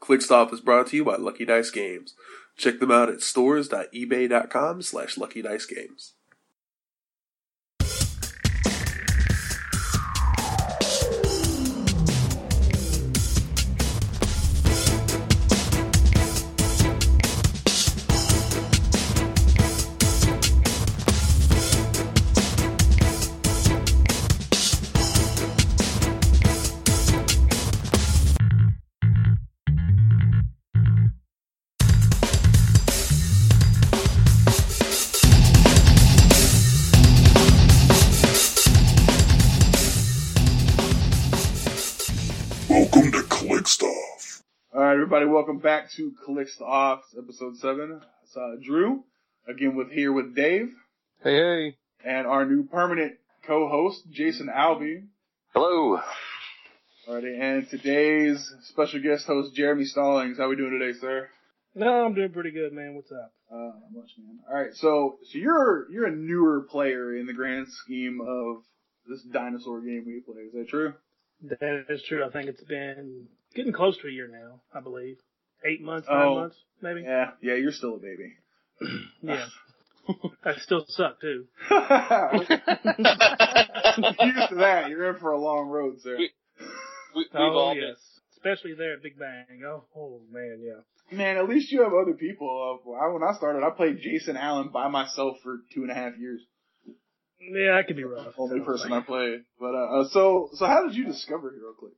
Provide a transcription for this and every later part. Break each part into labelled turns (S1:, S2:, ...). S1: Quick Stop is brought to you by Lucky Dice Games. Check them out at e stores.ebay.com slash Lucky Dice Games.
S2: Welcome to Click Stuff.
S3: All right, everybody, welcome back to Clicks Off, episode seven. It's uh, Drew again with here with Dave
S4: Hey, hey.
S3: and our new permanent co-host Jason Albee.
S4: Hello.
S3: All right, and today's special guest host Jeremy Stallings. How we doing today, sir?
S5: No, I'm doing pretty good, man. What's up?
S3: Uh, not much, man. All right, so so you're you're a newer player in the grand scheme of this dinosaur game we play. Is that true?
S5: That is true. I think it's been getting close to a year now, I believe. Eight months, nine
S3: Oh.
S5: months, maybe.
S3: Yeah, yeah. You're still a baby.
S5: Yeah. I still suck too.
S3: Used to that. You're in for a long road, sir.
S4: We, we've
S5: oh
S4: all
S5: yes. Especially there at Big Bang. Oh, oh man, yeah.
S3: Man, at least you have other people. Uh, I, when I started, I played Jason Allen by myself for two and a half years.
S5: Yeah, that could be rough.
S3: Only person I played. But uh, uh, so so, how did you discover Hero Click?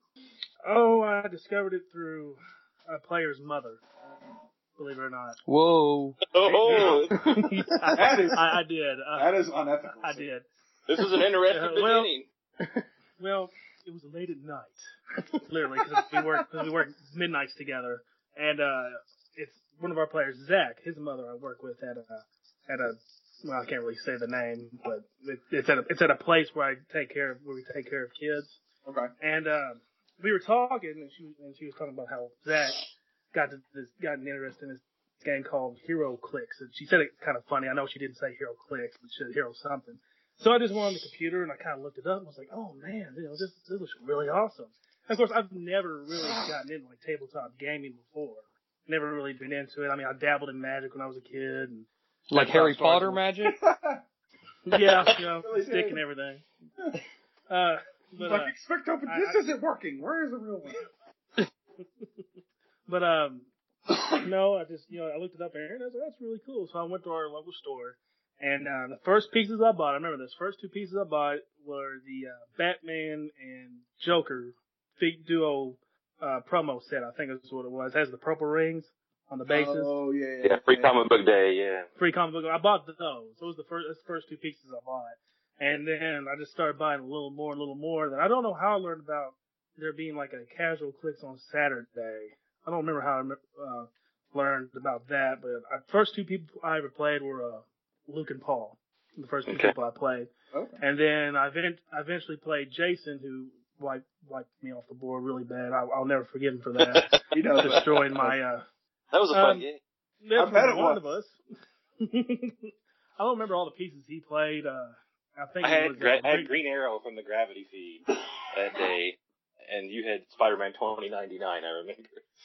S5: Oh, I discovered it through a player's mother. Believe it or not.
S4: Whoa.
S6: Oh,
S3: That is
S5: I, I did. Uh, I,
S3: that is unethical.
S5: I
S3: sir.
S5: did.
S6: this is an interesting
S5: Uh, well-
S6: beginning.
S5: Well, it was late at night, literally, because we worked 'cause we worked midnights together. And uh, it's one of our players, Zach, his mother, I work with at a at a well, I can't really say the name, but it, it's at a, it's at a place where I take care of where we take care of kids.
S3: Okay.
S5: And uh, we were talking, and she was- and she was talking about how Zach got to this gotten interested in this game called Hero Clicks, and she said it kind of funny. I know she didn't say Hero Clicks, but she said Hero something. So I just went on the computer and I kind of looked it up and was like, oh man, you know, this this looks really awesome. And of course, I've never really gotten into like tabletop gaming before. Never really been into it. I mean, I dabbled in magic when I was a kid, and
S4: Like
S5: That's
S4: Harry
S5: how I started.
S4: Potter magic?
S5: yeah, you know,
S3: Really
S5: stick
S3: did.
S5: and everything. Uh, but, uh,
S3: like expect open.
S5: I-
S3: This
S5: I-
S3: isn't working. Where is the real one?
S5: But um, no, I just you know I looked it up there and I was like, that's really cool. So I went to our local store, and uh, the first pieces I bought, I remember this. First two pieces I bought were the uh, Batman and Joker big duo uh, promo set. I think that's what it was. It has the purple rings on the bases.
S3: Oh yeah. Yeah.
S6: Yeah, free
S3: yeah.
S6: comic book day. Yeah.
S5: Free comic book. I bought those. Those were the first, that's the first two pieces I bought. And then I just started buying a little more, a little more. Then I don't know how I learned about there being like a casual clicks on Saturday. I don't remember how I remem- uh, learned about that, but the first two people I ever played were uh, Luke and Paul. The first two
S6: Okay.
S5: people I played.
S3: Okay.
S5: And then I event- I eventually played Jason, who wiped, wiped me off the board really bad. I- I'll never forgive him for that.
S3: He knows. that.
S5: Destroying my uh,
S6: That was a
S5: Um,
S6: fun game.
S5: yeah,
S3: I've had it
S5: one of us. I don't remember all the pieces he played. Uh, I think
S6: I
S5: it
S6: had
S5: was,
S6: gra-
S5: uh,
S6: I had
S5: Rick-
S6: Green Arrow from the Gravity feed that day, and you had Spider Man twenty ninety nine. I remember.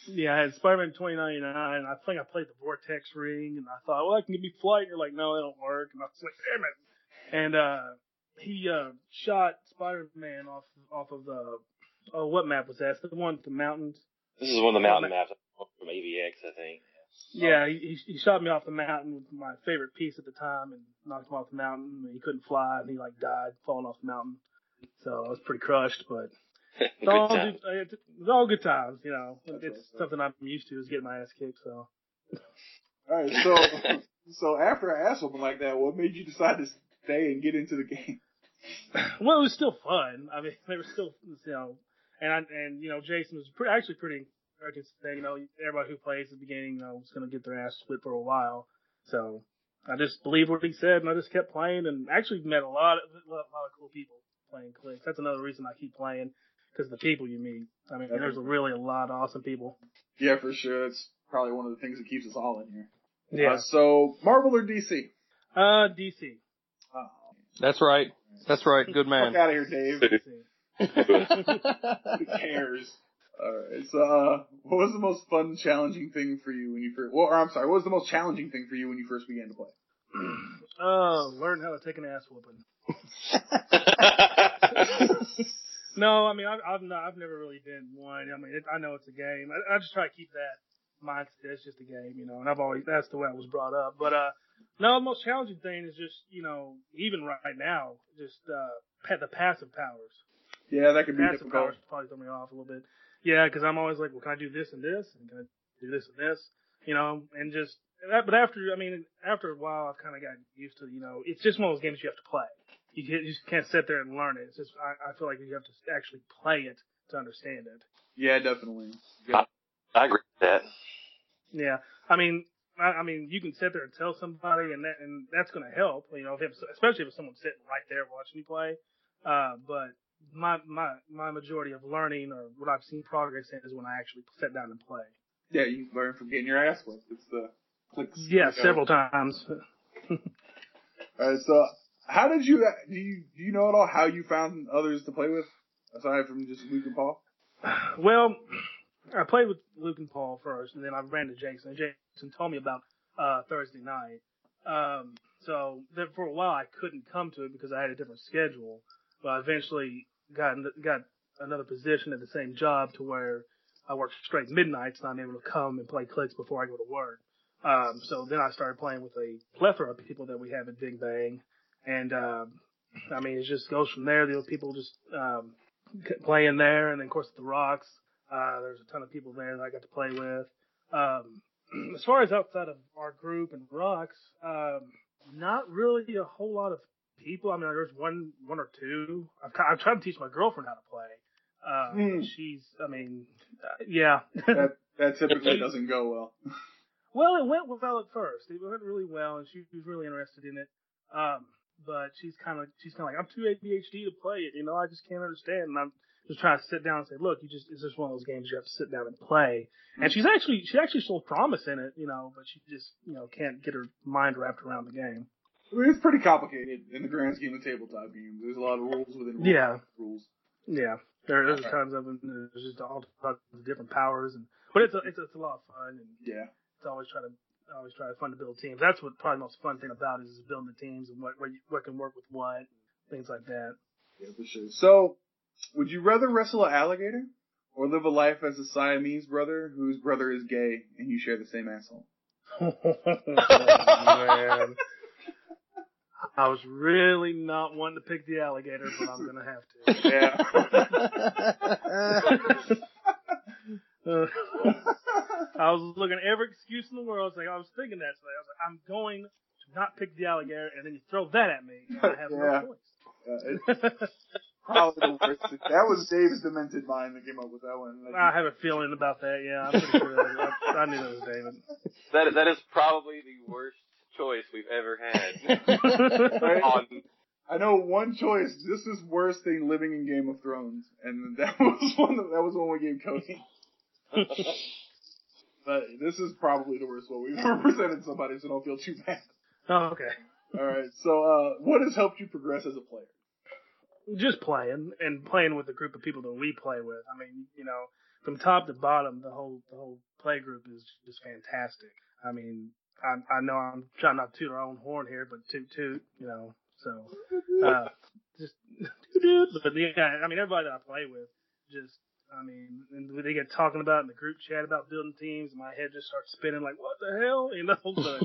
S5: Yeah, I had Spider-Man 2099. I think I played the Vortex Ring, and I thought, well, I can give you flight. And you're like, no, that don't work. And I was like, damn it. And uh, he uh, shot Spider-Man off off of the oh, what map was that? It's the one with the mountains.
S6: This is one of the mountain maps from AVX, I think.
S5: Yeah, he, he he shot me off the mountain with my favorite piece at the time and knocked him off the mountain. And he couldn't fly and he like died falling off the mountain. So I was pretty crushed, but
S6: Good
S5: it's all,
S6: time.
S5: good- it's, it's all good times, you know.
S3: That's
S5: it's
S3: awesome.
S5: something I'm used to is getting my ass kicked. So
S3: All right. So so after I asked something like that, what made you decide to stay and get into the game?
S5: well, it was still fun. I mean, they were still, you know, and I, and you know, Jason was pretty, actually pretty encouraging. Saying, you know, everybody who plays at the beginning, you know, is going to get their ass whipped for a while. So I just believed what he said, and I just kept playing, and actually met a lot of a lot of cool people playing clicks. That's another reason I keep playing because the people you meet. I mean, there's really a lot of awesome people.
S3: Yeah, for sure. It's probably one of the things that keeps us all in here. Uh,
S5: Yeah.
S3: so Marvel or DC?
S5: Uh, DC.
S3: Oh,
S4: That's right. That's right. Good
S3: fuck
S4: man.
S3: out of here, Dave.
S5: DC.
S3: Who cares?
S7: Alright, so uh, what was the most fun, challenging thing for you when you first? Well, or I'm sorry, what was the most challenging thing for you when you first began to play?
S5: Uh, learn how to take an ass whooping. No, I mean, I've, I've not, I've never really been one. I mean, it, I know it's a game. I, I just try to keep that mindset. It's just a game, you know. And I've always that's the way I was brought up. But uh, no, the most challenging thing is just you know, even right now, just uh, pa- the passive powers.
S7: Yeah, that could be
S5: Passive
S7: difficult.
S5: powers probably throw me off a little bit. Yeah, because I'm always like, well, can I do this and this, and can I do this and this, you know, and just. That, but after, I mean, after a while, I've kind of gotten used to, you know, it's just one of those games you have to play you, can't, you just can't sit there and learn it. It's just I, I feel like you have to actually play it to understand it.
S7: Yeah, definitely.
S6: I agree with that.
S5: Yeah, I mean, I, I mean, you can sit there and tell somebody, and that and that's going to help. You know, if it's, especially if it's someone sitting right there watching you play. Uh, but my my my majority of learning or what I've seen progress in is when I actually sit down and play.
S7: Yeah, you learn from getting your ass whipped. It's the clicks.
S5: Yeah,
S7: Okay.
S5: several times.
S7: All right, so how did you uh, do? You do you know at all how you found others to play with aside from just Luke and Paul?
S5: Well, I played with Luke and Paul first, and then I ran to Jason. And Jason told me about uh, Thursday night. Um, so then for a while I couldn't come to it because I had a different schedule. But I eventually got got another position at the same job to where I worked straight midnights, and I'm able to come and play clicks before I go to work. Um, so then I started playing with a plethora of people that we have at Big Bang, and um, I mean it just goes from there. The other people just um, c- playing there, and then of course the Rocks. Uh, there's a ton of people there that I got to play with. Um, as far as outside of our group and Rocks, um, not really a whole lot of people. I mean, there's one, one or two. I've, ki- I've tried to teach my girlfriend how to play. Uh,
S7: Hmm.
S5: She's, I mean, uh, yeah.
S7: That that typically doesn't go well.
S5: Well, it went well at first. It went really well, and she was really interested in it. Um, but she's kind of she's kind of like I'm too ADHD to play it. You know, I just can't understand. And I'm just trying to sit down and say, look, you just it's just one of those games you have to sit down and play. And she's actually she actually showed promise in it, you know, but she just you know can't get her mind wrapped around the game.
S7: I mean, it's pretty complicated in the grand scheme of tabletop games. There's a lot of rules within rules.
S5: Yeah.
S7: rules.
S5: Yeah, there, there's tons of them. There's just all types of different powers, and but it's a, it's it's a lot of fun and
S7: Yeah.
S5: it's always try to always try to fun to build teams. That's what probably the most fun thing about it is building the teams and what what, you, what can work with what things like that.
S7: Yeah, for sure. So, would you rather wrestle an alligator or live a life as a Siamese brother whose brother is gay and you share the same asshole?
S5: Man. I was really not wanting to pick the alligator, but I'm gonna have
S7: Yeah.
S5: to. Uh, I was looking at every excuse in the world. I was like, I was thinking that today. I was like, I'm going to not pick the alligator, and then you throw that at me, and I have
S7: Yeah.
S5: no
S7: Yeah, it's
S5: choice.
S7: probably the worst. That was Dave's demented mind that came up with that one. Like,
S5: I have a feeling about that. Yeah, I'm pretty sure. That was, I, I knew that was David.
S6: That that is probably the worst choice we've ever had
S5: Oh,
S7: Right?
S6: on
S7: I know one choice. This is worse than living in Game of Thrones, and that was one. That, that was one we gave Cody. but this is probably the worst one we've ever presented somebody, so don't feel too bad.
S5: Oh, okay.
S7: All right. So, uh, what has helped you progress as a player?
S5: Just playing and playing with the group of people that we play with. I mean, you know, from top to bottom, the whole the whole play group is just fantastic. I mean, I, I know I'm trying not to toot our own horn here, but toot toot, you know. So, uh, just toot toot. But yeah, I mean, everybody that I play with, just I mean, and they get talking about in the group chat about building teams. And my head just starts spinning like, what the hell, you know? But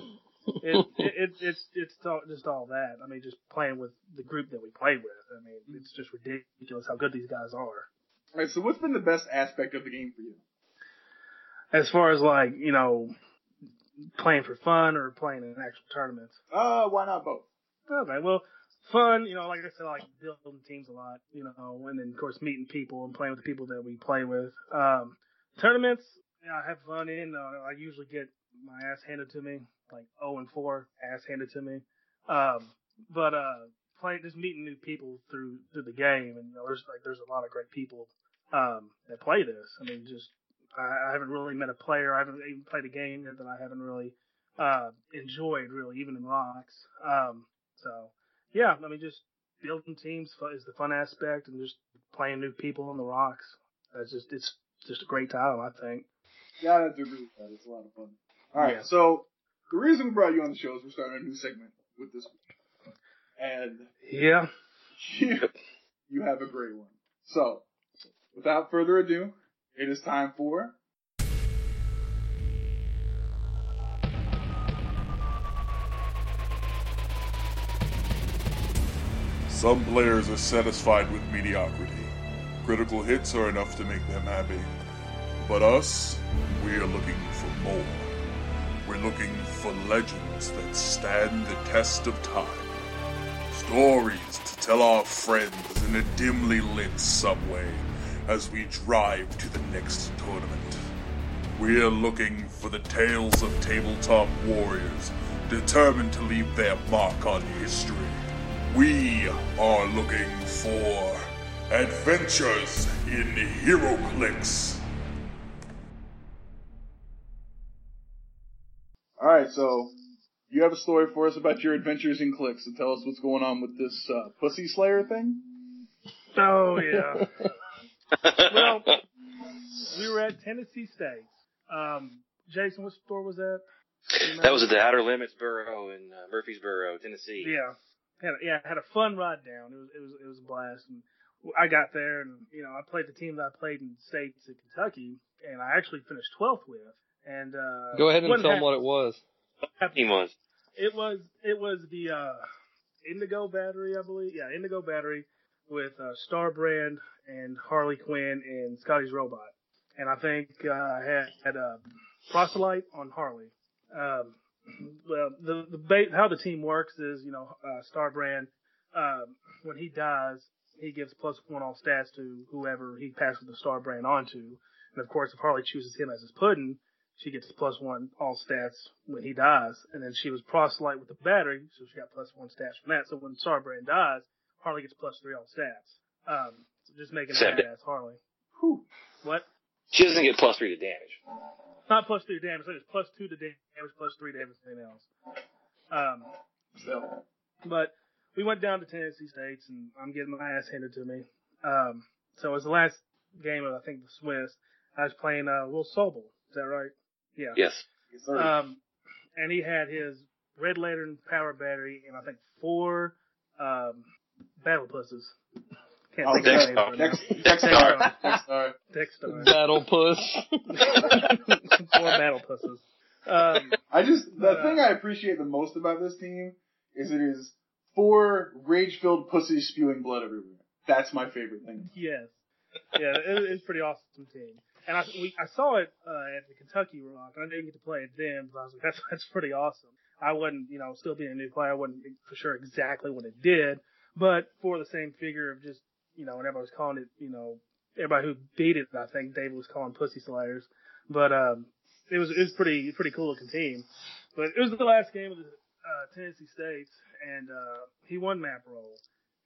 S5: it, it, it it's it's all, just all that. I mean, just playing with the group that we play with. I mean, it's just ridiculous how good these guys are.
S7: All right. So, what's been the best aspect of the game for you?
S5: As far as like you know, playing for fun or playing in actual tournaments.
S7: Uh, why not both?
S5: Okay, well, fun. You know, like I said, I like building teams a lot. You know, and then of course meeting people and playing with the people that we play with. Um, tournaments, yeah, I have fun in. Uh, I usually get my ass handed to me, like zero and four, ass handed to me. Um, but uh, playing, just meeting new people through through the game, and you know, there's like there's a lot of great people um, that play this. I mean, just I, I haven't really met a player. I haven't even played a game yet that I haven't really uh, enjoyed, really, even in rocks. Um, so yeah, I mean, just building teams fu- is the fun aspect, and just playing new people on the rocks. That's just it's just a great time, I think.
S7: Yeah, I have to agree with that. It's a lot of fun. All right,
S5: Yeah.
S7: so the reason we brought you on the show is we're starting a new segment with this, one. and
S5: Yeah.
S7: you, you have a great one. So, without further ado, it is time for
S8: Some players are satisfied with mediocrity. Critical hits are enough to make them happy. But us, we are looking for more. We're looking for legends that stand the test of time. Stories to tell our friends in a dimly lit subway as we drive to the next tournament. We're looking for the tales of tabletop warriors determined to leave their mark on history. We are looking for Adventures in HeroClix.
S7: All right, so you have a story for us about your adventures in clicks, and tell us what's going on with this uh, pussy slayer thing.
S5: Oh yeah.
S6: well,
S5: we were at Tennessee State. Um, Jason, what store was that? You know?
S6: that was at the Outer Limits Borough in uh, Murfreesboro, Tennessee.
S5: Yeah, had a, yeah, had a fun ride down. It was it was it was a blast. And I got there, and you know, I played the team that I played in states at Kentucky, and I actually finished twelfth with. And uh,
S9: Go ahead and
S5: wasn't
S9: tell them
S5: happy-
S9: what it was.
S6: That team was.
S5: it was it was the uh, Indigo Battery, I believe. Yeah, Indigo Battery with uh, Starbrand and Harley Quinn and Scotty's Robot. And I think uh, I had had a proselyte on Harley. Um, well, the the ba- how the team works is you know uh, Starbrand um, when he dies he gives plus one on stats to whoever he passes the Starbrand on to. And of course, if Harley chooses him as his pudding, she gets plus one all stats when he dies, and then she was proselyte with the battery, so she got plus one stats from that. So when Sarbrand dies, Harley gets plus three all stats. Um, so just making a
S6: Except it-
S5: badass Harley.
S7: Whew.
S5: What?
S6: She doesn't get plus three to damage.
S5: Not plus three to damage. That is plus two to damage, plus three to everything else. Um,
S7: So,
S5: But we went down to Tennessee States, and I'm getting my ass handed to me. Um, so it was the last game of I think the Swiss. I was playing uh, Will Sobel. Is that right? Yeah.
S6: Yes.
S7: yes, sir.
S5: Um, and he had his red lantern power battery, and I think four um, battle pusses. Can't
S7: Oh,
S5: think of
S6: Dex-
S5: their names right now.
S7: next, next star, next star.
S5: Dexter.
S9: Battle puss.
S5: four battle pusses. Um,
S7: I just the
S5: Uh,
S7: thing I appreciate the most about this team is it is four rage-filled pussies spewing blood everywhere. That's my favorite thing.
S5: yes. Yeah, it, it's pretty awesome team. And I we, I saw it uh, at the Kentucky Rock, and I didn't get to play it then, but I was like, that's that's pretty awesome. I wasn't, you know, still being a new player, I wasn't for sure exactly what it did, but for the same figure of just, you know, and everybody was calling it, you know, everybody who beat it, I think David was calling pussy slayers, but um, it was it was pretty pretty cool looking team. But it was the last game of the uh, Tennessee States, and uh, he won map roll,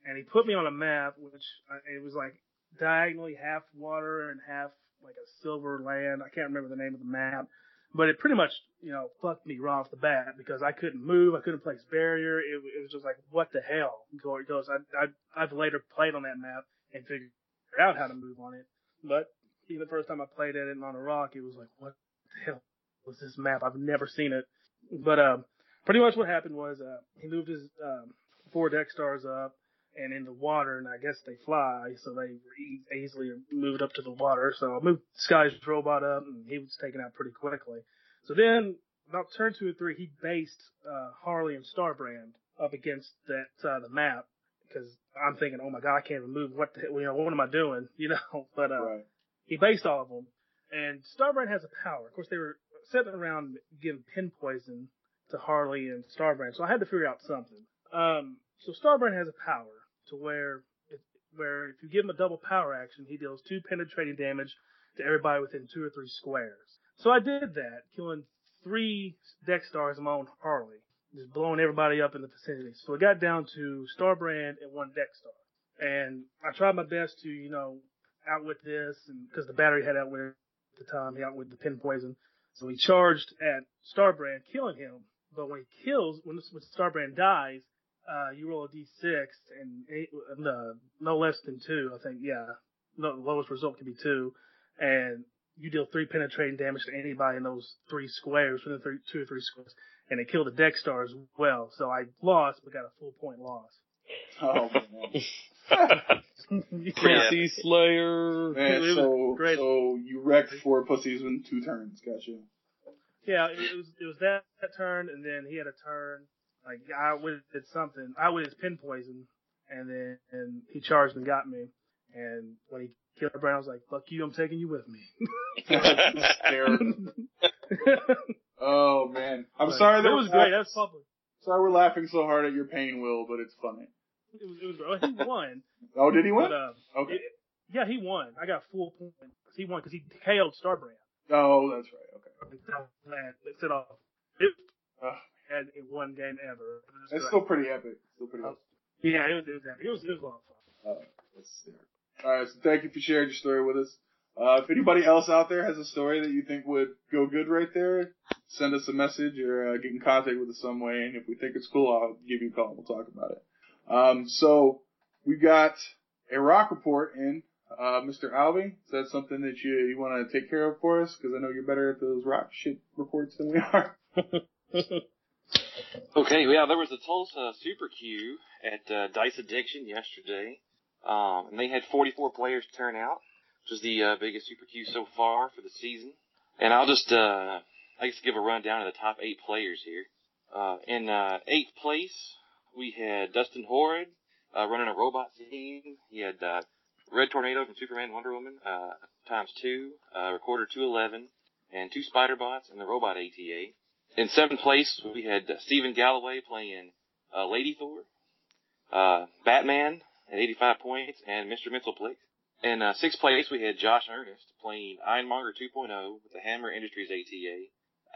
S5: and he put me on a map which uh, it was like diagonally half water and half like a silver land. I can't remember the name of the map, but it pretty much you know fucked me right off the bat because I couldn't move, I couldn't place barrier. It, it was just like what the hell going goes. I, I I've later played on that map and figured out how to move on it, but even the first time I played at it and on a rock, it was like what the hell was this map? I've never seen it, but um. Pretty much what happened was uh, he moved his um, four deck stars up, and in the water, and I guess they fly, so they were e- easily moved up to the water. So I moved Sky's robot up, and he was taken out pretty quickly. So then, about turn two or three, he based uh, Harley and Starbrand up against that side of the map because I'm thinking, oh my god, I can't even move. What the hell, you know, what am I doing? You know, but uh,
S7: Right.
S5: he based all of them. And Starbrand has a power. Of course, they were sitting around giving pin poison to Harley and Starbrand, so I had to figure out something. Um, so Starbrand has a power to where, if, where if you give him a double power action, he deals two penetrating damage to everybody within two or three squares. So I did that, killing three deck stars of my own Harley, just blowing everybody up in the vicinity. So it got down to Starbrand and one deck star. And I tried my best to, you know, outwit this, and because the battery had outwit it at the time, he outwit the pin poison. So he charged at Starbrand, killing him. But when he kills, when, this, when Starbrand dies, uh, you roll a d6 and eight, uh, no less than two, I think. Yeah, no, the lowest result could be two, and you deal three penetrating damage to anybody in those three squares within three, two or three squares, and it killed the deck star as well. So I lost, but got a full point loss.
S7: Oh man.
S6: Yeah.
S4: Pussy Slayer.
S7: Man, so
S5: Great.
S7: so you wrecked four pussies in two turns. Gotcha.
S5: Yeah, it, it was it was that, that turn, and then he had a turn. Like I did something. I with his pin poison, and then and he charged and got me. And when he killed Brown, I was like, "Fuck you! I'm taking you with me."
S7: Terrible. oh man, I'm sorry that
S5: That was
S7: we're
S5: great.
S7: laugh-
S5: That was public.
S7: Sorry we're laughing so hard at your pain, Will, but it's funny.
S5: It was, it was, oh, he won.
S7: Oh, did he win?
S5: But, uh,
S7: Okay.
S5: yeah, he won. I got full points. He won because he KO'd Starbrand.
S7: Oh, that's right. Okay.
S5: And so that it set off. It
S7: Ugh.
S5: had a one game ever. It was
S7: That's
S5: great.
S7: still pretty epic. Still pretty epic.
S5: yeah, it was, it was epic. it was it was a lot of fun.
S7: That's All right. So thank you for sharing your story with us. Uh, if anybody else out there has a story that you think would go good right there, send us a message or uh, get in contact with us some way. And if we think it's cool, I'll give you a call and we'll talk about it. Um, so we got a rock report in. Uh, Mr. Alvey, is that something that you, you want to take care of for us? Because I know you're better at those rock shit reports than we are.
S6: Okay, yeah, there was a Tulsa Super Q at uh, Dice Addiction yesterday, um, and they had 44 players turn out, which is the uh, biggest Super Q so far for the season. And I'll just, uh, I guess, give a rundown of the top eight players here. Uh, in uh, eighth place, we had Dustin Horrid uh, running a robot team. He had uh, Red Tornado from Superman and Wonder Woman uh, times two, uh, Recorder 211, and two Spider Bots and the Robot ATA. In seventh place, we had uh, Stephen Galloway playing uh, Lady Thor, uh, Batman at 85 points, and Mr. Mentalplex. In uh, sixth place, we had Josh Ernest playing Ironmonger 2.0 with the Hammer Industries ATA,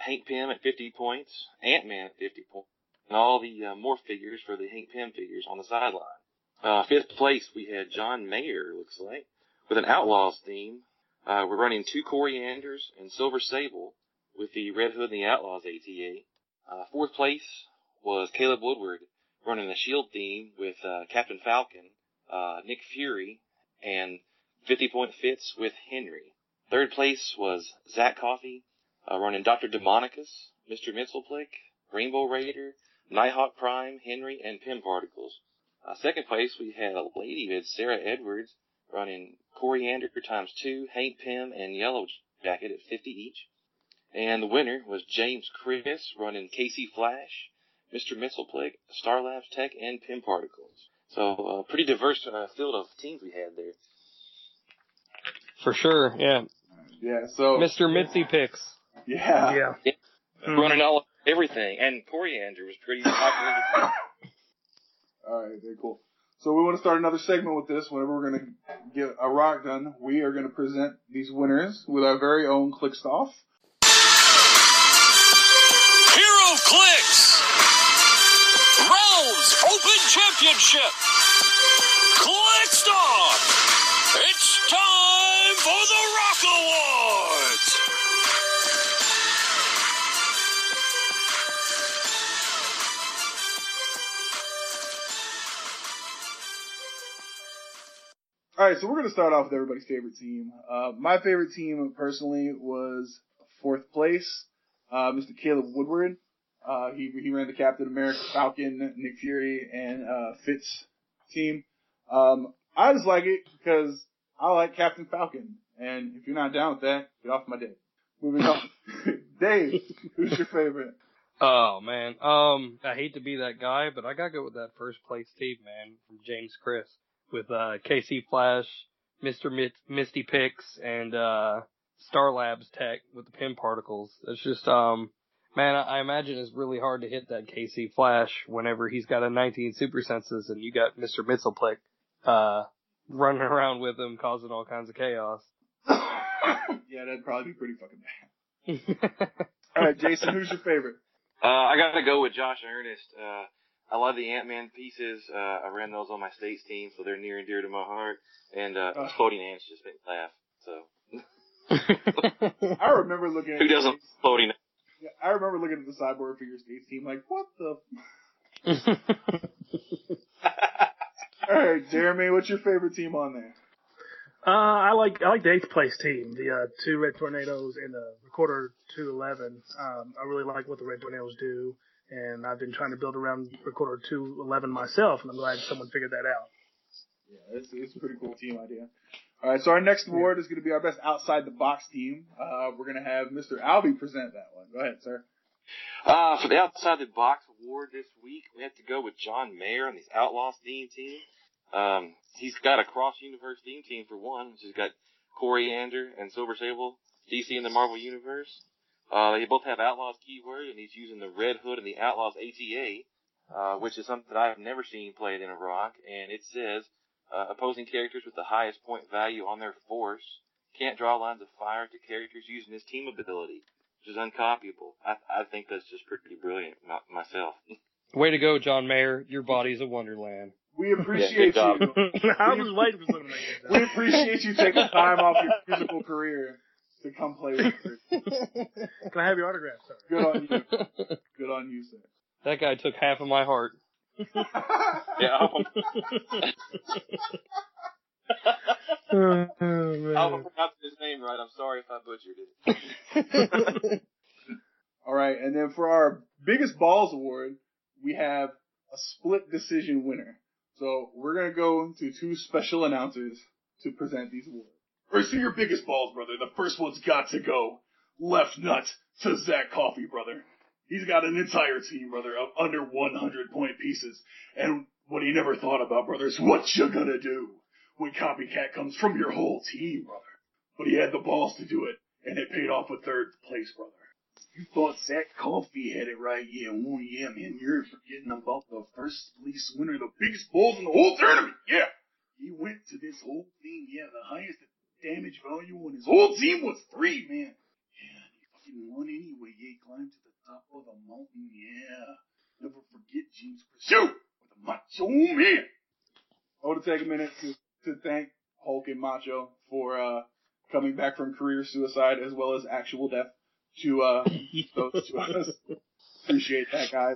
S6: Hank Pym at 50 points, Ant Man at 50 points, and all the uh, morph figures for the Hank Pym figures on the sideline. Uh, fifth place, we had John Mayer, looks like, with an Outlaws theme. Uh, we're running two Corianders and Silver Sable with the Red Hood and the Outlaws ATA. Uh, fourth place was Caleb Woodward running a Shield theme with uh, Captain Falcon, uh, Nick Fury, and 50 Point Fits with Henry. Third place was Zach Coffey uh, running Dr. Demonicus, Mr. Mitzelplick, Rainbow Raider, Nighthawk Prime, Henry, and Pym Particles. Uh, second place, we had a lady with Sarah Edwards running Coriander times two, Hank Pym, and Yellow Jacket at 50 each. And the winner was James Chris running Casey Flash, Mr. Misselplick, Star Labs Tech, and Pin Particles. So, uh, pretty diverse uh, field of teams we had there.
S4: For sure, yeah.
S7: Yeah, so,
S4: Mr. Mitzi picks.
S7: Uh, yeah. Mm-hmm.
S5: Yeah. Mhm.
S6: Running all everything, and Coriander was pretty popular.
S7: All right, very cool. So we want to start another segment with this. Whenever we're going to get a rock done, we are going to present these winners with our very own click off.
S10: Hero Clicks! Rose Open Championship! Click Stop! It's time for the Rock Awards!
S7: All right, so we're going to start off with everybody's favorite team. Uh, my favorite team personally was fourth place, uh, Mr. Caleb Woodward. Uh, he he ran the Captain America, Falcon, Nick Fury, and uh, Fitz team. Um, I just like it because I like Captain Falcon, and if you're not down with that, get off my dick. Moving on, Dave, who's your favorite?
S4: Oh man, um, I hate to be that guy, but I gotta go with that first place team, man, from James Chris with uh KC Flash, Mister Mit- Misty Picks, and uh Star Labs Tech with the pin particles. It's just um, man, I, I imagine it's really hard to hit that KC Flash whenever he's got a 19 super senses and you got Mister Mitzelplick uh running around with him, causing all kinds of chaos.
S7: yeah, that'd probably be pretty fucking bad. All right, Jason, who's your favorite?
S6: Uh, I gotta go with Josh Ernest. Uh, I love the Ant-Man pieces. Uh, I ran those on my state's team, so they're near and dear to my heart. And, uh,
S7: Ugh.
S6: exploding ants just make me laugh. So,
S7: I remember looking at
S6: who doesn't exploding
S7: Yeah, I remember looking at the cyborg figure skates team like, what the? All right, Jeremy, what's your favorite team on there?
S5: Uh, I like I like the eighth place team, the uh, two Red Tornadoes and the Recorder Two Eleven. Um, I really like what the Red Tornadoes do, and I've been trying to build around Recorder Two Eleven myself, and I'm glad someone figured that out.
S7: Yeah, it's, it's a pretty cool team idea. All right, so our next award is going to be our best outside the box team. Uh, we're going to have Mr. Alvey present that one. Go ahead, sir.
S6: Uh, for the Outside the Box award this week, we have to go with John Mayer and his Outlaws theme team. Um, he's got a cross universe theme team for one, which has got Coriander and Silver Sable, DC and the Marvel Universe. Uh, they both have Outlaws keyword, and he's using the Red Hood and the Outlaws ATA, uh, which is something that I have never seen played in a rock, and it says, uh, opposing characters with the highest point value on their force can't draw lines of fire to characters using his team ability which is uncopyable. I, I think that's just pretty brilliant my, myself.
S4: Way to go, John Mayer. Your body's a wonderland.
S7: We appreciate
S6: job.
S7: you.
S5: I was waiting for someone to make that.
S7: We appreciate you taking time off your musical career to come play with us.
S5: Can I have your autograph, sir?
S7: Good on you.
S4: that
S7: Good on you, sir.
S4: guy took half of my heart.
S6: Yeah, I
S5: Oh,
S6: pronounced his name right. I'm sorry if I butchered it.
S7: All right, and then for our biggest balls award, we have a split decision winner. So we're gonna go to two special announcers to present these awards. First for your biggest balls, brother. The first one's got to go. Left nut to Zach Coffee, brother. He's got an entire team, brother, of under 100 point pieces. And what he never thought about, brother, is what you gonna do when copycat comes from your whole team, brother. But he had the balls to do it, and it paid off with third place, brother. You thought Zach Coffee had it right, yeah, well, yeah, man. You're forgetting about the first place winner, the biggest balls in the whole tournament, yeah. He went to this whole thing, yeah, the highest damage value on his whole team was three, man. Yeah, and he fucking won anyway, yeah, he climbed to the top of the mountain, yeah. Never forget James Pursuit with the macho man. I want to take a minute to, to thank Hulk and Macho for uh, coming back from career suicide as well as actual death to uh, those to us. Appreciate that, guys.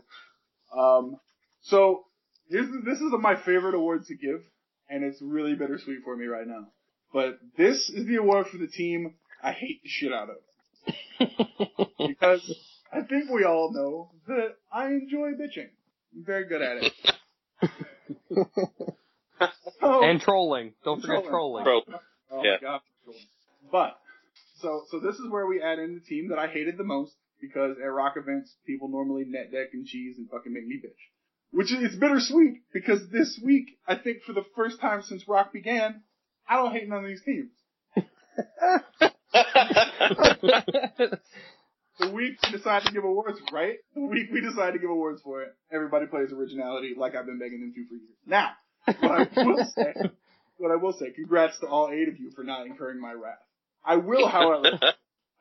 S7: Um, so here's, this is my favorite award to give, and it's really bittersweet for me right now. But this is the award for the team I hate the shit out of because I think we all know that I enjoy bitching. I'm very good at it. So-
S4: and trolling. Don't forget
S7: Oh.
S4: trolling.
S7: Trolling.
S6: Bro,
S7: Oh
S6: Yeah.
S7: my god. But so so this is where we add in the team that I hated the most because at rock events people normally net deck and cheese and fucking make me bitch. Which is it's bittersweet because this week I think for the first time since rock began, I don't hate none of these teams. The week we decide to give awards, right? The week we decide to give awards for it, everybody plays originality like I've been begging them to for years. Now, what I will say, what I will say, congrats to all eight of you for not incurring my wrath. I will, however,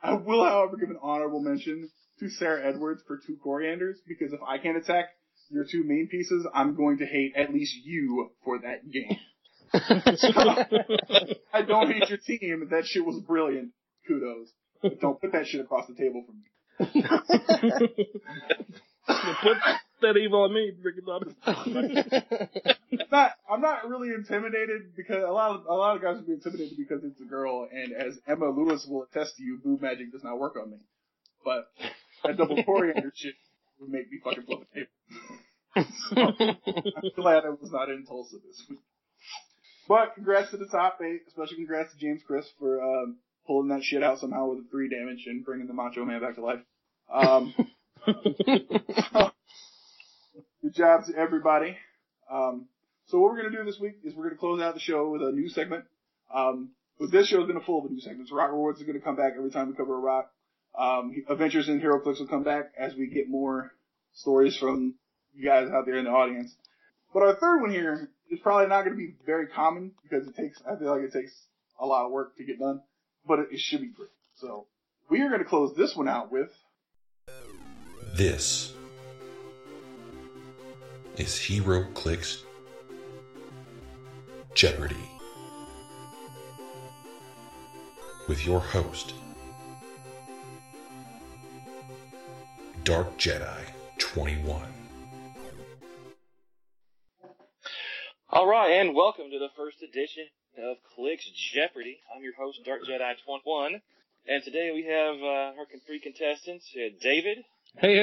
S7: I will, however, give an honorable mention to Sarah Edwards for two corianders because if I can't attack your two main pieces, I'm going to hate at least you for that game. I don't hate your team. That shit was brilliant. Kudos. But don't put that shit across the table from me.
S5: Put that evil on me, Ricky Bobby.
S7: It's not. I'm not really intimidated because a lot of a lot of guys would be intimidated because it's a girl, and as Emma Lewis will attest to you, boo magic does not work on me. But that double coriander shit would make me fucking blow the table. I'm glad I was not in Tulsa this week. But congrats to the top eight, especially congrats to James Chris for um, pulling that shit out somehow with a three damage and bringing the Macho Man back to life. Um, good job to everybody. Um, so what we're gonna do this week is we're gonna close out the show with a new segment. Um, but this show is gonna full of a new segments. Rock Rewards is gonna come back every time we cover a rock. Um, Adventures in Hero Clicks will come back as we get more stories from you guys out there in the audience. But our third one here is probably not gonna be very common because it takes I feel like it takes a lot of work to get done, but it, it should be great. So we are gonna close this one out with
S11: This is Hero Clicks Jeopardy with your host, Dark Jedi 21.
S6: All right, and welcome to the first edition of Clicks Jeopardy. I'm your host, Dark Jedi 21, and today we have uh, our con- three contestants: uh, David,
S4: Hey,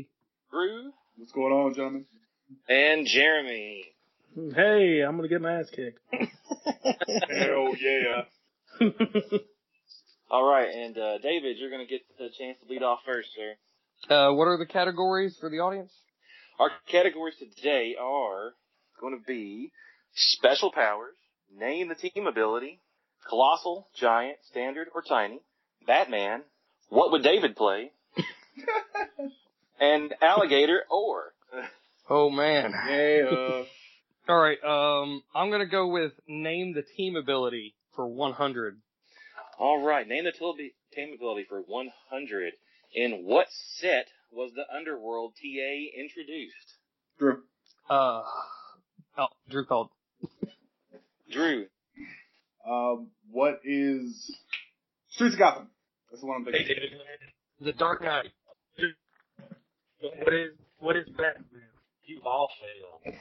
S4: hey.
S6: Drew,
S7: What's going on, gentlemen?
S6: and Jeremy.
S5: Hey, I'm gonna get my ass kicked.
S7: Hell yeah.
S6: All right, and uh, David, you're going to get the chance to lead off first, sir.
S4: Uh, what are the categories for the audience?
S6: Our categories today are going to be special powers, name the team ability, colossal, giant, standard, or tiny, Batman, what would David play, and alligator or.
S4: Oh man.
S7: Yeah.
S4: All right. Um, I'm gonna go with name the team ability for 100.
S6: All right, name the tele- team ability for 100. In what set was the Underworld TA introduced?
S7: Drew.
S4: Uh, oh, Drew called.
S6: Drew,
S7: Um, what is Streets of Gotham? That's the one I'm thinking.
S4: David. The Dark Knight.
S5: What is what is Batman?
S6: you all failed.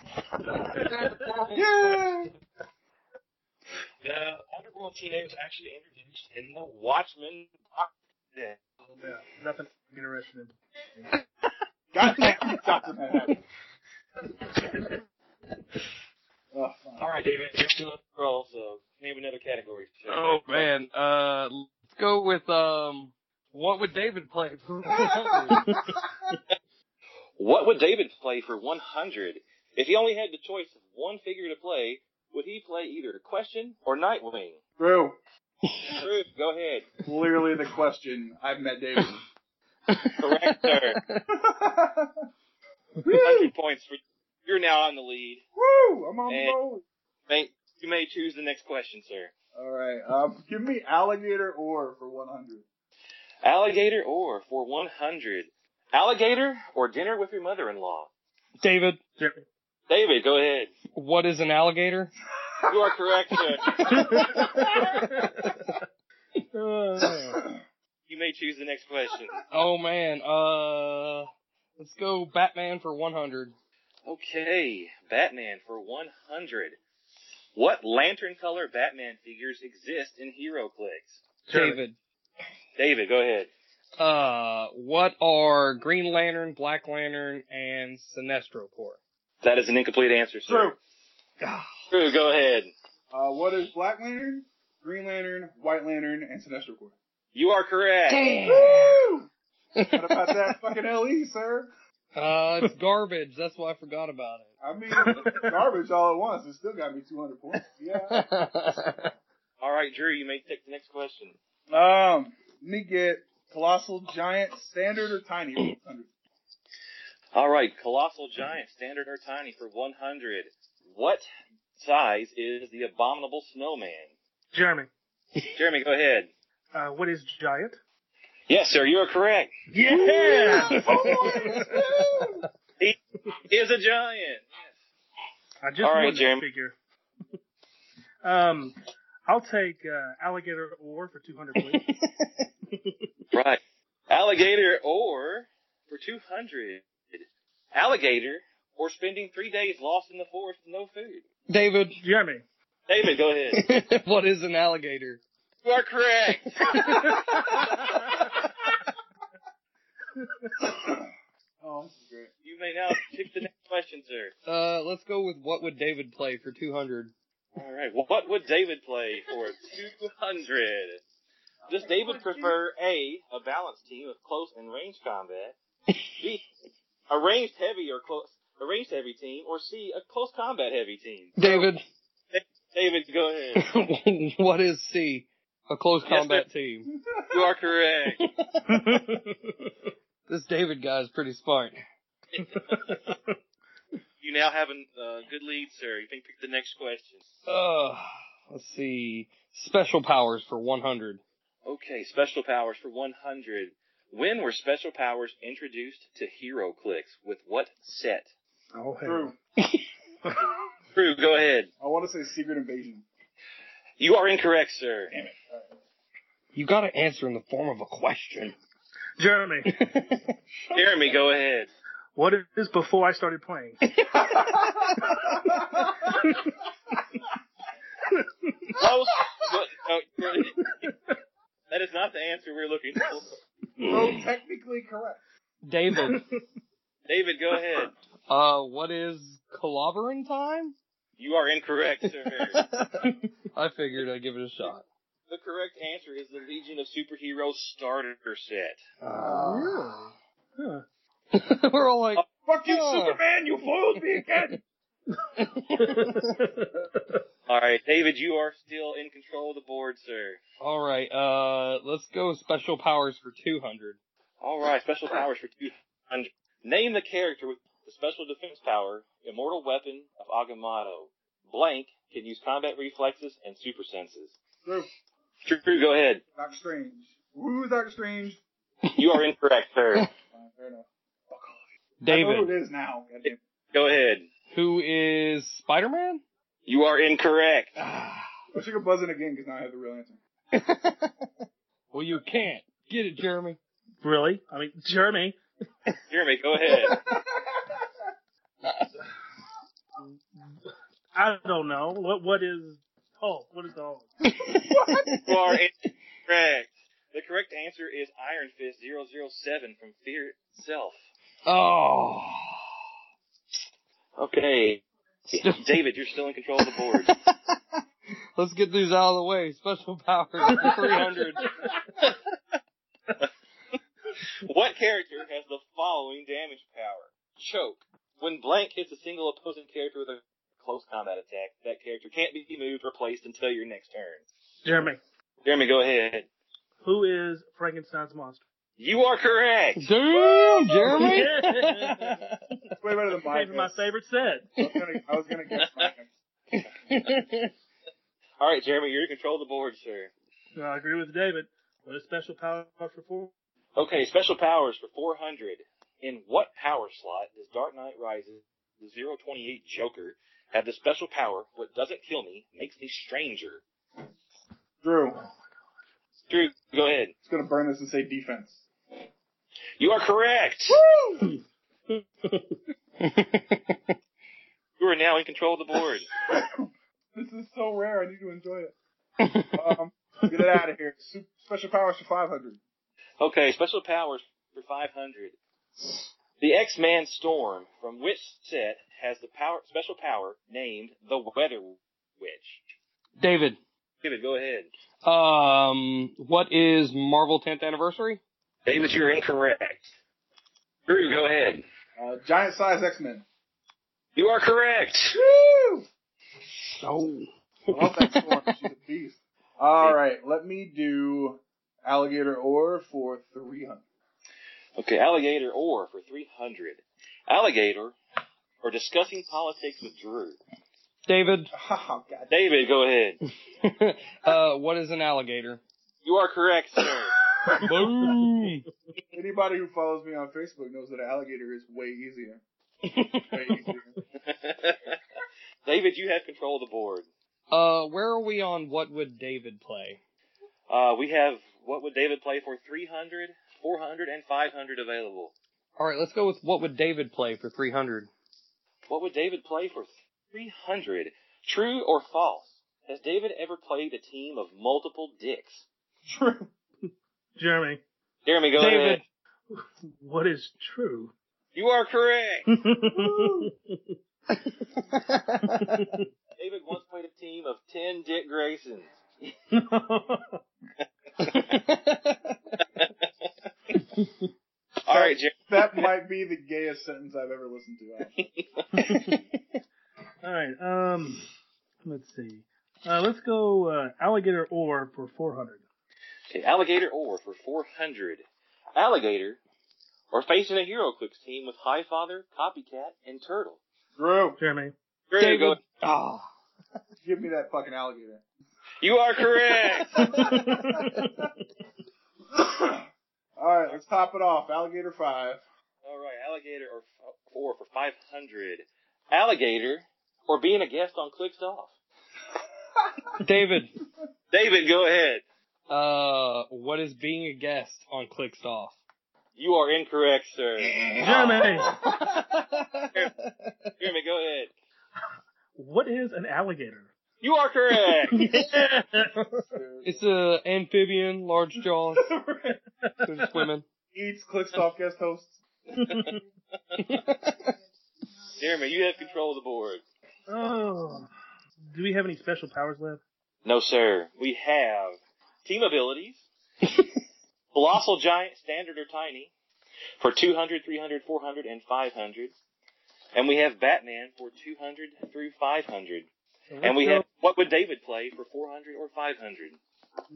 S7: Yeah.
S6: The Underworld TA was actually introduced in the Watchmen box set.
S5: Yeah, nothing interesting.
S7: Gotham. Gotham. oh, fine.
S6: All right, David, you're still up for all, so name another category. sir.
S4: Oh man. Uh, let's go with um, what would David play? for 100?
S6: What would David play for 100? If he only had the choice of one figure to play, would he play either Question or Nightwing?
S7: Drew.
S6: Drew, go ahead.
S7: Clearly the question. I've met David.
S6: Correct, sir.
S7: Woo!
S6: 100 points for You're now on the lead.
S7: Woo! I'm on
S6: Eh.
S7: the road.
S6: May, you may choose the next question, sir.
S7: All right. Um, give me alligator or for 100.
S6: Alligator or for 100? Alligator or dinner with your mother-in-law?
S4: David,
S6: David, go ahead.
S4: what is an alligator?
S6: You are correct, sir. You may choose the next question.
S4: Oh man. Uh, let's go Batman for 100.
S6: Okay, Batman for 100. What lantern color Batman figures exist in HeroClix?
S4: David.
S6: David, go ahead.
S4: Uh, what are Green Lantern, Black Lantern, and Sinestro Corps?
S6: That is an incomplete answer,
S7: Drew.
S6: sir. Drew, go ahead.
S7: Uh, what is Black Lantern, Green Lantern, White Lantern, and Sinestro Corps?
S6: You are correct.
S7: Woo! What about that fucking LE, sir?
S4: Uh, it's garbage. That's why I forgot about
S7: I mean, garbage all at once. It still got me 200 points. Yeah.
S4: it.
S6: All right, Drew, you may take the next question.
S7: Um, let me get Colossal Giant, Standard or Tiny? for 100.
S6: All right, Colossal Giant, standard or tiny for 100. What size is the Abominable Snowman?
S5: Jeremy,
S6: Jeremy, go ahead.
S5: uh, what is giant?
S6: Yes, sir, you are correct.
S5: Yeah,
S6: He is a giant.
S5: I just
S6: All right,
S5: won that
S6: Jeremy.
S5: figure. um, I'll take uh, alligator or for 200, please.
S6: Right. Alligator or for 200. Alligator or spending three days lost in the forest with no food.
S4: David,
S5: Jeremy,
S6: David, go ahead.
S4: what is an alligator?
S6: you are correct.
S7: oh, this is great.
S6: You may now pick the next question, sir.
S4: Uh, let's go with what would David play for 200?
S6: All right. What would David play for 200? Does David prefer A, a balanced team of close and range combat, B, a ranged heavy or close, a ranged heavy team, or C, a close combat heavy team?
S4: David,
S6: David, go ahead.
S4: what is C? A close
S6: Yes,
S4: combat team.
S6: You are correct.
S4: This David guy is pretty smart.
S6: You now have a uh, good lead, sir. You can pick the next question.
S4: Uh, let's see. Special powers for 100.
S6: Okay, special powers for 100. When were special powers introduced to Hero Clicks? With what set?
S5: oh, hey.
S7: Drew.
S6: Drew, go ahead.
S7: I want to say Secret Invasion.
S6: You are incorrect, sir.
S4: You gotta answer in the form of a question.
S5: Jeremy,
S6: Jeremy, go ahead.
S5: what is before I started playing?
S6: Close, but uh, that is not the answer we're looking for.
S7: Well, technically correct.
S4: David,
S6: David, go ahead.
S4: uh, what is clobbering time?
S6: You are incorrect, sir.
S4: I figured I'd give it a shot.
S6: the correct answer is the Legion of Superheroes starter set.
S7: Uh,
S5: Huh.
S4: We're all like,
S7: fuck you,
S4: Yeah.
S7: Superman! You fooled me again.
S6: All right, David, you are still in control of the board, sir.
S4: all right, uh, let's go special powers for 200.
S6: All right, special powers for 200. Name the character with the special defense power, Immortal Weapon of Agamotto. Blank can use combat reflexes and super senses.
S7: True.
S6: True, go ahead.
S7: Doctor Strange. Who's Doctor Strange?
S6: You are incorrect, sir.
S7: Fine, fair enough. I know who
S4: David,
S7: it is now. goddamn.
S6: Go ahead.
S4: who is Spider-Man?
S6: You are incorrect.
S7: Ah, I wish I could buzz in again because now I have the real answer.
S4: Well, you can't. Get it, Jeremy.
S5: really? I mean, Jeremy.
S6: Jeremy, go ahead.
S5: I don't know. What what is Hulk? What is the Hulk?
S6: You are incorrect. The correct answer is Iron Fist 007 from Fear Itself.
S4: Oh.
S6: Okay. David, you're still in control of the board.
S4: Let's get these out of the way. Special powers for 300.
S6: What character has the following damage power? Choke. When blank hits a single opposing character with a close combat attack, that character can't be moved or placed until your next turn.
S5: Jeremy.
S6: Jeremy, go ahead.
S5: Who is Frankenstein's monster?
S6: You are correct.
S4: Damn, Jeremy.
S5: Yeah.
S7: It's way better than mine.
S5: Maybe my favorite set.
S7: I was gonna, I was gonna guess mine.
S6: All right, Jeremy, you're in control of the board, sir.
S5: I agree with David. What is special power for four?
S6: Okay, special powers for 400. In what power slot does Dark Knight Rises, the 028 Joker, have the special power, what doesn't kill me, makes me stranger?
S7: Drew,
S6: Drew, go ahead.
S7: it's gonna burn this and say defense.
S6: You are correct. you are now in control of the board.
S7: This is so rare. I need to enjoy it. Um, get it out of here. Su- Special powers for 500.
S6: Okay, special powers for 500. The X-Man Storm from which set has the power special power named the Weather Witch?
S4: David,
S6: David, go ahead.
S4: um, what is Marvel 10th anniversary?
S6: David, you're incorrect. Drew, go ahead.
S7: Uh, giant size X Men.
S6: You are correct.
S4: So.
S7: I love that storm. She's a beast. All right, let me do alligator ore for 300.
S6: Okay, alligator or for 300. Alligator or discussing politics with Drew.
S4: David,
S7: Oh, God.
S6: David, go ahead.
S4: uh, what is an alligator?
S6: You are correct, sir.
S4: Boom.
S7: Anybody who follows me on Facebook knows that alligator is way easier. Way easier.
S6: David, you have control of the board.
S4: Uh, where are we on what would David play?
S6: Uh, we have what would David play for 300, 400, and 500 available.
S4: Alright, let's go with what would David play for 300?
S6: What would David play for 300? True or false? Has David ever played a team of multiple dicks?
S7: True.
S5: Jeremy.
S6: Jeremy, go
S4: David.
S6: ahead.
S5: What is true?
S6: You are correct. David once played a team of 10 Dick Graysons. All right, Jer-
S7: That might be the gayest sentence I've ever listened to. actually.
S5: All right. Um, let's see. Uh, let's go uh, alligator or for 400.
S6: Okay, alligator or for 400. Alligator or facing a hero clicks team with High Father, Copycat, and Turtle.
S7: Drew,
S5: Jeremy.
S6: Drew, go-
S4: David. Ah.
S7: give me that fucking alligator.
S6: You are correct.
S7: All right, let's top it off. Alligator 5.
S6: All right, alligator or four for five hundred. Alligator or being a guest on Clicks Off.
S4: David,
S6: David, go ahead.
S4: uh, what is being a guest on Clicks Off?
S6: You are incorrect, sir.
S5: Jeremy.
S6: Jeremy, go ahead.
S5: What is an alligator?
S6: You are correct.
S4: It's a amphibian, large jaws, they're swimming.
S7: Eats Clickstoff guest hosts.
S6: Jeremy, you have control of the board.
S5: oh. Do we have any special powers left?
S6: No, sir. We have team abilities. Colossal giant, standard or tiny, for 200, 300, 400, and 500. And we have Batman for 200 through 500. And we have what would David play for 400 or 500?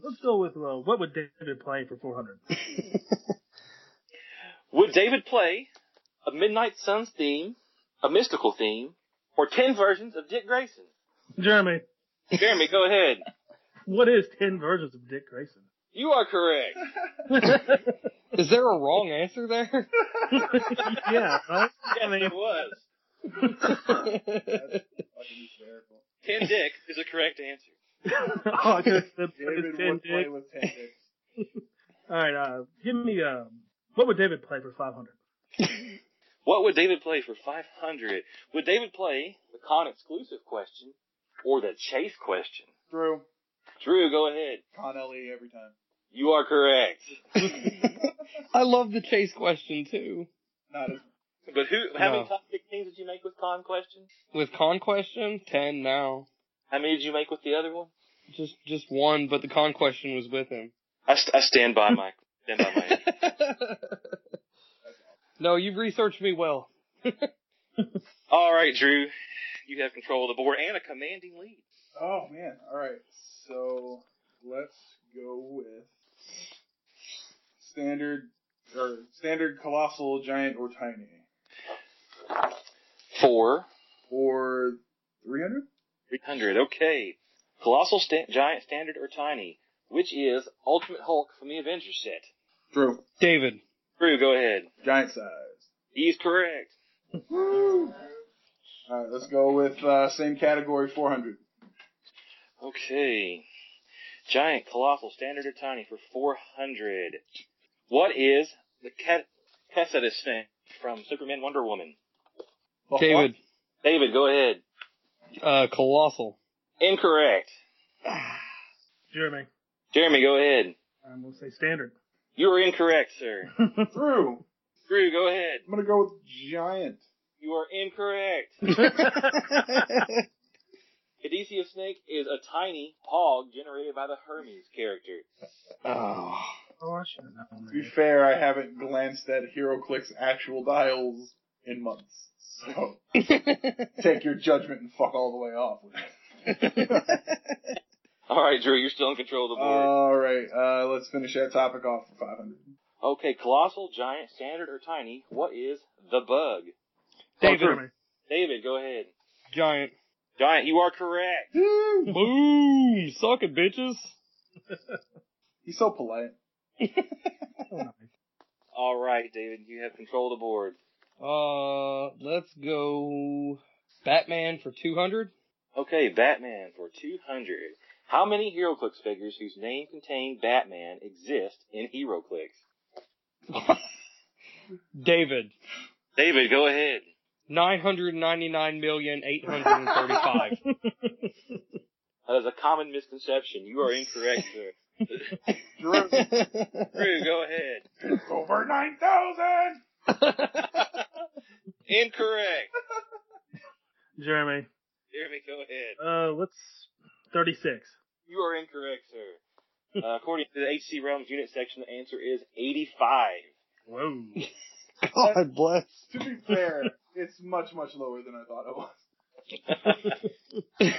S5: Let's go with uh, what would David play for 400?
S6: Would David play a Midnight Suns theme, a mystical theme, or 10 versions of Dick Grayson?
S5: Jeremy,
S6: Jeremy, go ahead.
S5: what is 10 versions of Dick Grayson?
S6: You are correct.
S4: Is there a wrong answer there?
S5: yeah, right?
S6: Yes, it was.
S7: Fucking hysterical.
S6: 10 Dick is the correct answer.
S5: oh, I could have
S7: David would play with ten dicks.
S5: All right, uh, give me um, what would David play for 500?
S6: What would David play for 500? Would David play the con exclusive question or the chase question?
S7: Drew,
S6: Drew, go ahead.
S7: Con Ellie every time.
S6: You are correct.
S4: I love the chase question too.
S7: Not as
S6: But who, how
S4: No.
S6: many top 16s did you make with con question?
S4: With con question, ten now.
S6: How many did you make with the other one?
S4: Just just one, but the con question was with him.
S6: I, st- I stand by my, stand by my answer.
S4: no, you've researched me well.
S6: All right, Drew. You have control of the board and a commanding lead.
S7: Oh man. All right. So let's go with standard or standard colossal giant or tiny
S6: Four.
S7: or 300.
S6: 300. Okay. Colossal sta- giant, standard, or tiny, which is Ultimate Hulk from the Avengers set.
S7: Drew,
S4: David.
S6: Drew, go ahead.
S7: giant size.
S6: He's correct.
S7: All right. Let's go with uh, same category 400.
S6: Okay. Giant, colossal, standard, or tiny for 400. What is the cat- Cassidus thing from Superman Wonder Woman?
S7: The
S4: David.
S6: David, go ahead.
S4: Uh colossal.
S6: Incorrect.
S5: Jeremy,
S6: Jeremy, go ahead.
S5: I'm going to say standard.
S6: You are incorrect, sir.
S7: Hawk? Drew,
S6: Drew, go ahead.
S7: I'm gonna go with giant.
S6: You are incorrect. Odysseus Snake is a tiny hog generated by the Hermes character.
S4: Oh.
S5: oh, I should have known
S7: To be
S5: that.
S7: fair, I haven't glanced at HeroClix actual dials in months, so take your judgment and fuck all the way off with it.
S6: All right, Drew, you're still in control of the board.
S7: All right, uh, let's finish that topic off for 500.
S6: Okay, colossal, giant, standard, or tiny. What is the bug?
S4: David.
S5: Oh, Jeremy.
S6: David, go ahead.
S4: Giant.
S6: Giant, you are correct.
S4: Boom! Suck it, bitches.
S7: He's so polite.
S5: Oh, nice.
S6: All right, David, you have control of the board.
S4: Uh let's go Batman for two hundred.
S6: Okay, Batman for 200. How many HeroClix figures whose name contain Batman exist in HeroClix?
S4: David.
S6: David, go ahead.
S4: Nine hundred ninety nine million eight hundred and thirty five.
S6: That is a common misconception. You are incorrect, sir.
S7: Drew,
S6: Drew, go ahead.
S7: over 9,000!
S6: Incorrect.
S5: Jeremy,
S6: Jeremy, go ahead.
S5: uh, what's 36?
S6: You are incorrect, sir. Uh, according to the HC Realms unit section, the answer is 85.
S5: Whoa.
S4: God bless.
S7: To be fair, it's much, much lower than I thought it was.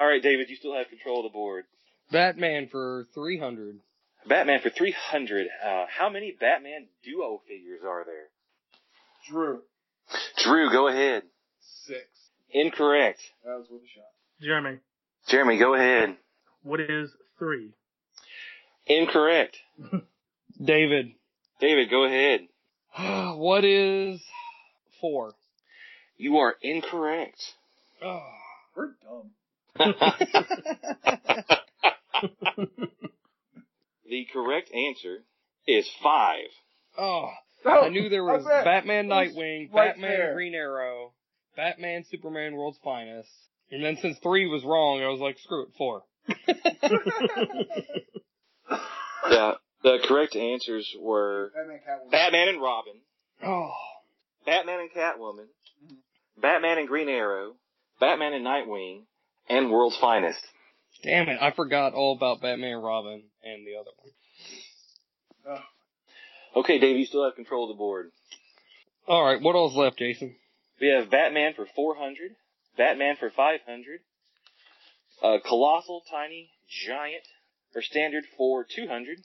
S6: All right, David, you still have control of the board.
S4: Batman for three hundred.
S6: Batman for 300. Uh, how many Batman duo figures are there?
S7: Drew,
S6: Drew, go ahead.
S7: 6.
S6: Incorrect.
S7: That was worth a shot.
S5: Jeremy,
S6: Jeremy, go ahead.
S5: what is 3?
S6: Incorrect.
S4: David.
S6: David, go ahead.
S4: what is four?
S6: You are incorrect.
S4: Oh.
S7: We're dumb.
S6: The correct answer is five.
S4: oh.
S7: Oh,
S4: I knew there was
S7: that's it.
S4: Batman
S7: That was
S4: Nightwing,
S7: right
S4: Batman
S7: there.
S4: Green Arrow, Batman Superman World's Finest, And then since three was wrong, I was like, screw it, four.
S6: The, the correct answers were
S7: Batman Catwoman.
S6: Batman and Robin,
S4: oh,
S6: Batman and Catwoman, Batman and Green Arrow, Batman and Nightwing, and World's Finest.
S4: damn it! I forgot all about Batman, Robin, and the other one.
S6: Okay, Dave, you still have control of the board.
S4: All right, what all's left, Jason?
S6: We have Batman for 400, Batman for 500, uh, Colossal, Tiny, Giant, or Standard for 200,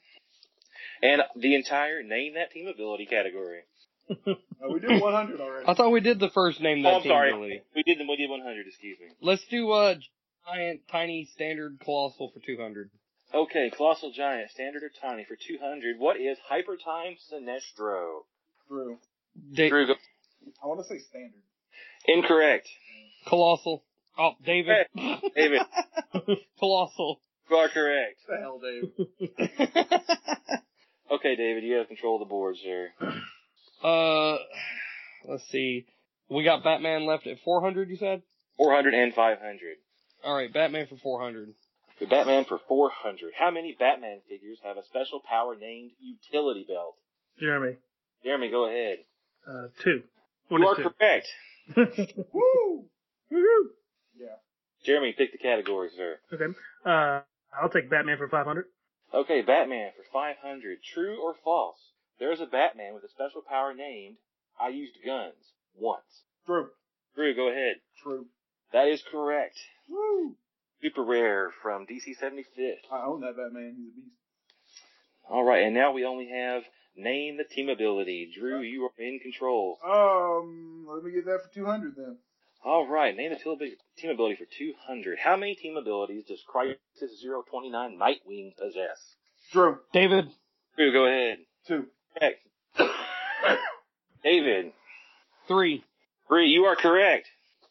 S6: and the entire Name That Team Ability category.
S7: Oh, we did 100 already.
S4: I thought we did the first name that
S6: oh, I'm
S4: team
S6: sorry.
S4: ability.
S6: We did the we did 100, excuse me.
S4: Let's do uh giant, tiny, standard, colossal for two hundred.
S6: Okay, Colossal, Giant, Standard, or Tiny for 200. What is Hypertime Sinestro?
S7: Drew.
S4: Da-
S6: Drew, go-
S7: I want to say standard.
S6: Incorrect.
S4: colossal. Oh, David.
S6: David,
S4: colossal.
S6: you are correct.
S7: What the hell, Dave?
S6: Okay, David, you have control of the board, sir.
S4: Uh, let's see. We got Batman left at four hundred. You said.
S6: 400 and 500.
S4: All right, Batman for four hundred.
S6: The Batman for 400. How many Batman figures have a special power named Utility Belt?
S5: Jeremy,
S6: Jeremy, go ahead.
S5: uh, two. One
S6: You are
S5: and two.
S6: correct.
S7: Woo!
S5: Woo-hoo.
S6: Jeremy, pick the category, sir.
S5: okay. Uh, I'll take Batman for 500.
S6: Okay, Batman for 500. True or false? There is a Batman with a special power named I Used Guns Once.
S7: Drew.
S6: Drew, go ahead.
S7: True.
S6: That is correct.
S7: Woo!
S6: Super rare from DC 75th.
S7: I own that Batman. He's a beast.
S6: All right, and now we only have Name the Team Ability. Drew, you are in control.
S7: Um, let me get that for 200 then.
S6: All right, name the team abi- team ability for 200. How many team abilities does Crisis 029 Nightwing possess?
S7: Drew.
S4: David.
S6: Drew, go ahead.
S7: Two. Ah,
S6: Correct. David,
S4: Three.
S6: Bree, you are correct.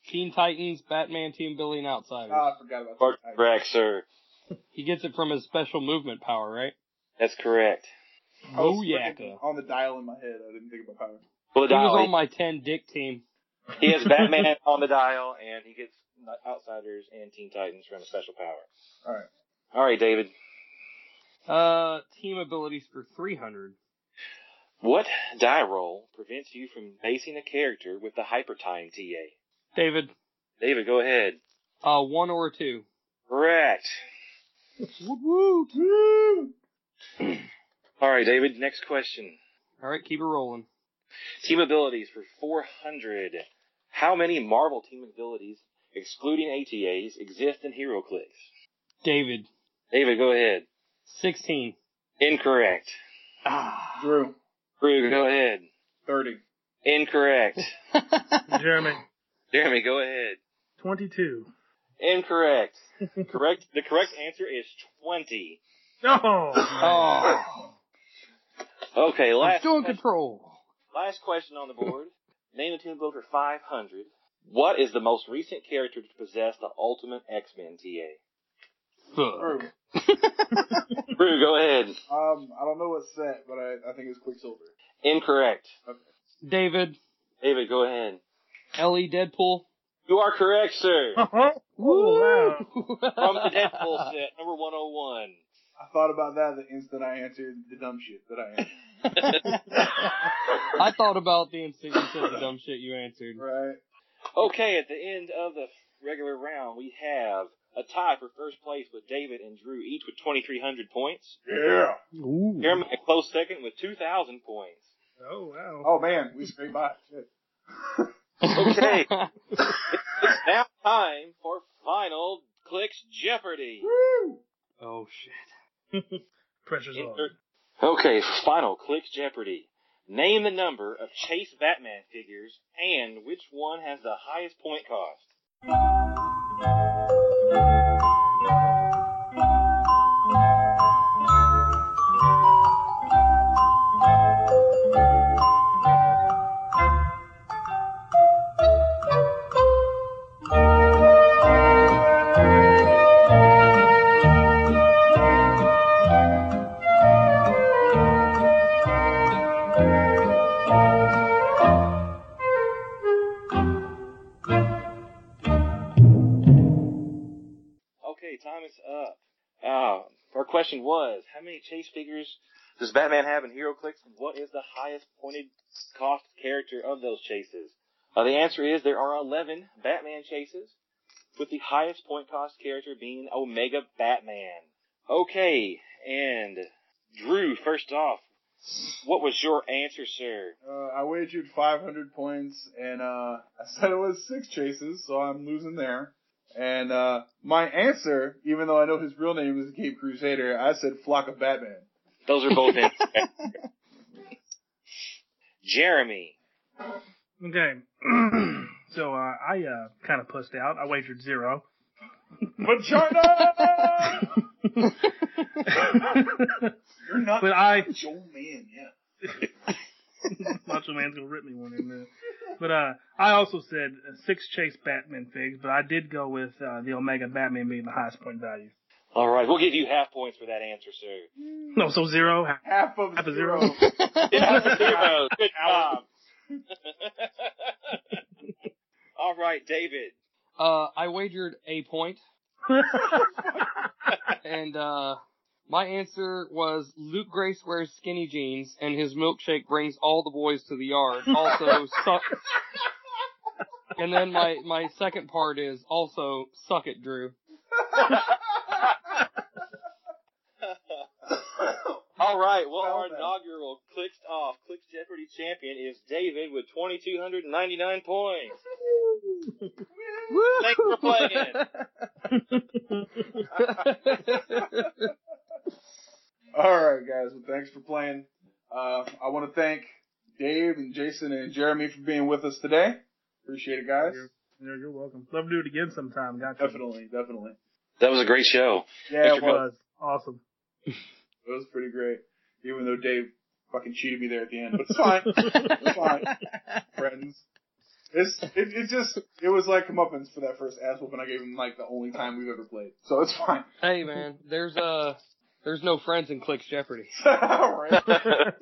S4: Teen Titans, Batman, Team Billy, and Outsiders.
S6: Uh,
S7: Ah, I forgot about
S6: You are
S7: that.
S6: correct, sir.
S4: he gets it from his special movement power, right?
S6: That's correct.
S7: I was
S4: Oh yeah.
S7: freaking On the dial in my head, I didn't think about power.
S6: Well,
S4: He was
S6: dial,
S4: on my ten Dick team.
S6: he, he has Batman on the dial, and he gets Outsiders and Teen Titans from a special power.
S7: All right.
S6: All right, David.
S4: Uh, team abilities for three hundred.
S6: What die roll prevents you from basing a character with the Hypertime TA?
S4: David.
S6: David, go ahead.
S4: Uh, one or a two.
S6: Correct. All right, David, next question.
S4: All right, keep it rolling.
S6: Team abilities for 400. How many Marvel team abilities, excluding ATAs, exist in HeroClix?
S4: David.
S6: David, go ahead.
S4: Sixteen.
S6: Incorrect.
S7: Ah. Drew.
S6: Drew, go ahead.
S7: 30.
S6: Incorrect.
S5: Jeremy,
S6: Jeremy, go ahead.
S5: 22.
S6: Incorrect. Correct. The correct answer is 20.
S5: Oh,
S4: Oh,
S6: Okay,
S4: I'm
S6: last
S4: still in
S6: question-
S4: control.
S6: Last question on the board. Name a team builder 500. What is the most recent character to possess the Ultimate X-Men TA?
S7: Drew.
S4: Fuck.
S6: Drew, go ahead.
S7: Um, I don't know what set, but I, I think it's Quicksilver.
S6: Incorrect.
S4: David.
S6: David, go ahead.
S4: Le Deadpool.
S6: You are correct, sir.
S5: Oh. wow.
S6: Oh, From the Deadpool set, number 101.
S7: I thought about that the instant I answered the dumb shit that I answered.
S4: I thought about the instant you said the dumb shit you answered.
S7: right?
S6: Okay, at the end of the regular round, we have a tie for first place with David and Drew, each with 2,300 points.
S7: Yeah.
S6: Jeremy, a close second with 2,000 points.
S5: Oh, wow.
S7: Oh man, we scraped by. Shit.
S6: Okay. It's now time for Final Clicks Jeopardy.
S4: oh shit.
S5: Oh. Pressure's on.
S6: Insert- Okay, final clicks Jeopardy. Name the number of Chase Batman figures and which one has the highest point cost. question was, how many chase figures does Batman have in HeroClix, and what is the highest pointed cost character of those chases? Uh, the answer is there are 11 Batman chases, with the highest point cost character being Omega Batman. Okay, and Drew, first off, what was your answer, sir?
S7: Uh, I wagered 500 points, and uh, I said it was six chases, so I'm losing there. And uh, my answer, even though I know his real name is Cape Crusader, I said Flock of Batman.
S6: Those are both answers. Jeremy.
S5: Okay. so uh, I uh, kind of pussed out. I wagered zero.
S7: Vagina! You're not
S5: but I
S7: Joe Man, yeah.
S5: Macho Man's gonna rip me one in a minute. But uh, I also said uh, six chase Batman figs, but I did go with uh, the Omega Batman being the highest point value.
S6: All right, we'll give you half points for that answer, sir.
S5: No, so zero.
S7: Half of
S5: Half a
S7: zero.
S5: zero.
S6: Yeah, zero. Good job. All right, David.
S4: Uh, I wagered a point, and uh, my answer was Luke Grace wears skinny jeans, and his milkshake brings all the boys to the yard. Also, suck. And then my my second part is also suck it, Drew.
S6: All right, well,
S7: Well
S6: our
S7: then.
S6: inaugural Clicks Off Clicks Jeopardy champion is David with 2,299 points. Thanks for playing.
S7: All right, guys. Well, thanks for playing. Uh, I want to thank Dave and Jason and Jeremy for being with us today. Appreciate it, guys.
S5: You're, you're welcome. Love to do it again sometime. Got
S7: Definitely, definitely.
S6: That was a great show.
S7: Yeah,
S5: It
S7: it was.
S5: was awesome.
S7: It was pretty great. Even though Dave fucking cheated me there at the end, but it's fine. it's fine. Friends. It's it, it just it was like comeuppance for that first ass whooping I gave him like the only time we've ever played, so it's fine.
S4: hey man, there's uh there's no friends in Clicks Jeopardy.
S7: All right. All right,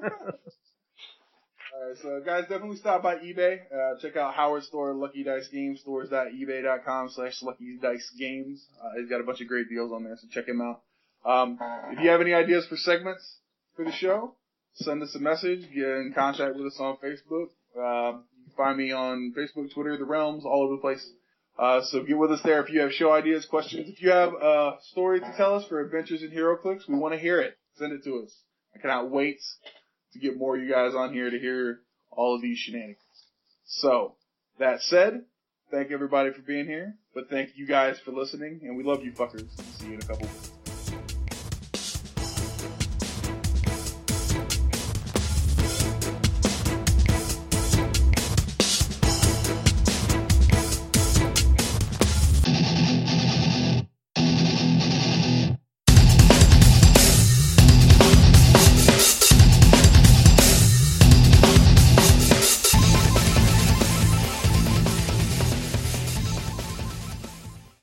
S7: so guys, definitely stop by eBay. Uh, check out Howard's store, Lucky Dice Games, stores.ebay.com slash Lucky Dice Games. Uh, he's got a bunch of great deals on there, so check him out. Um, if you have any ideas for segments for the show, send us a message. Get in contact with us on Facebook. Uh, you can find me on Facebook, Twitter, The Realms, all over the place. Uh, so get with us there if you have show ideas, questions. If you have a story to tell us for Adventures in Hero Clicks, we want to hear it. Send it to us. I cannot wait to get more of you guys on here to hear all of these shenanigans. So, that said, thank everybody for being here, but thank you guys for listening, and we love you fuckers. See you in a couple weeks.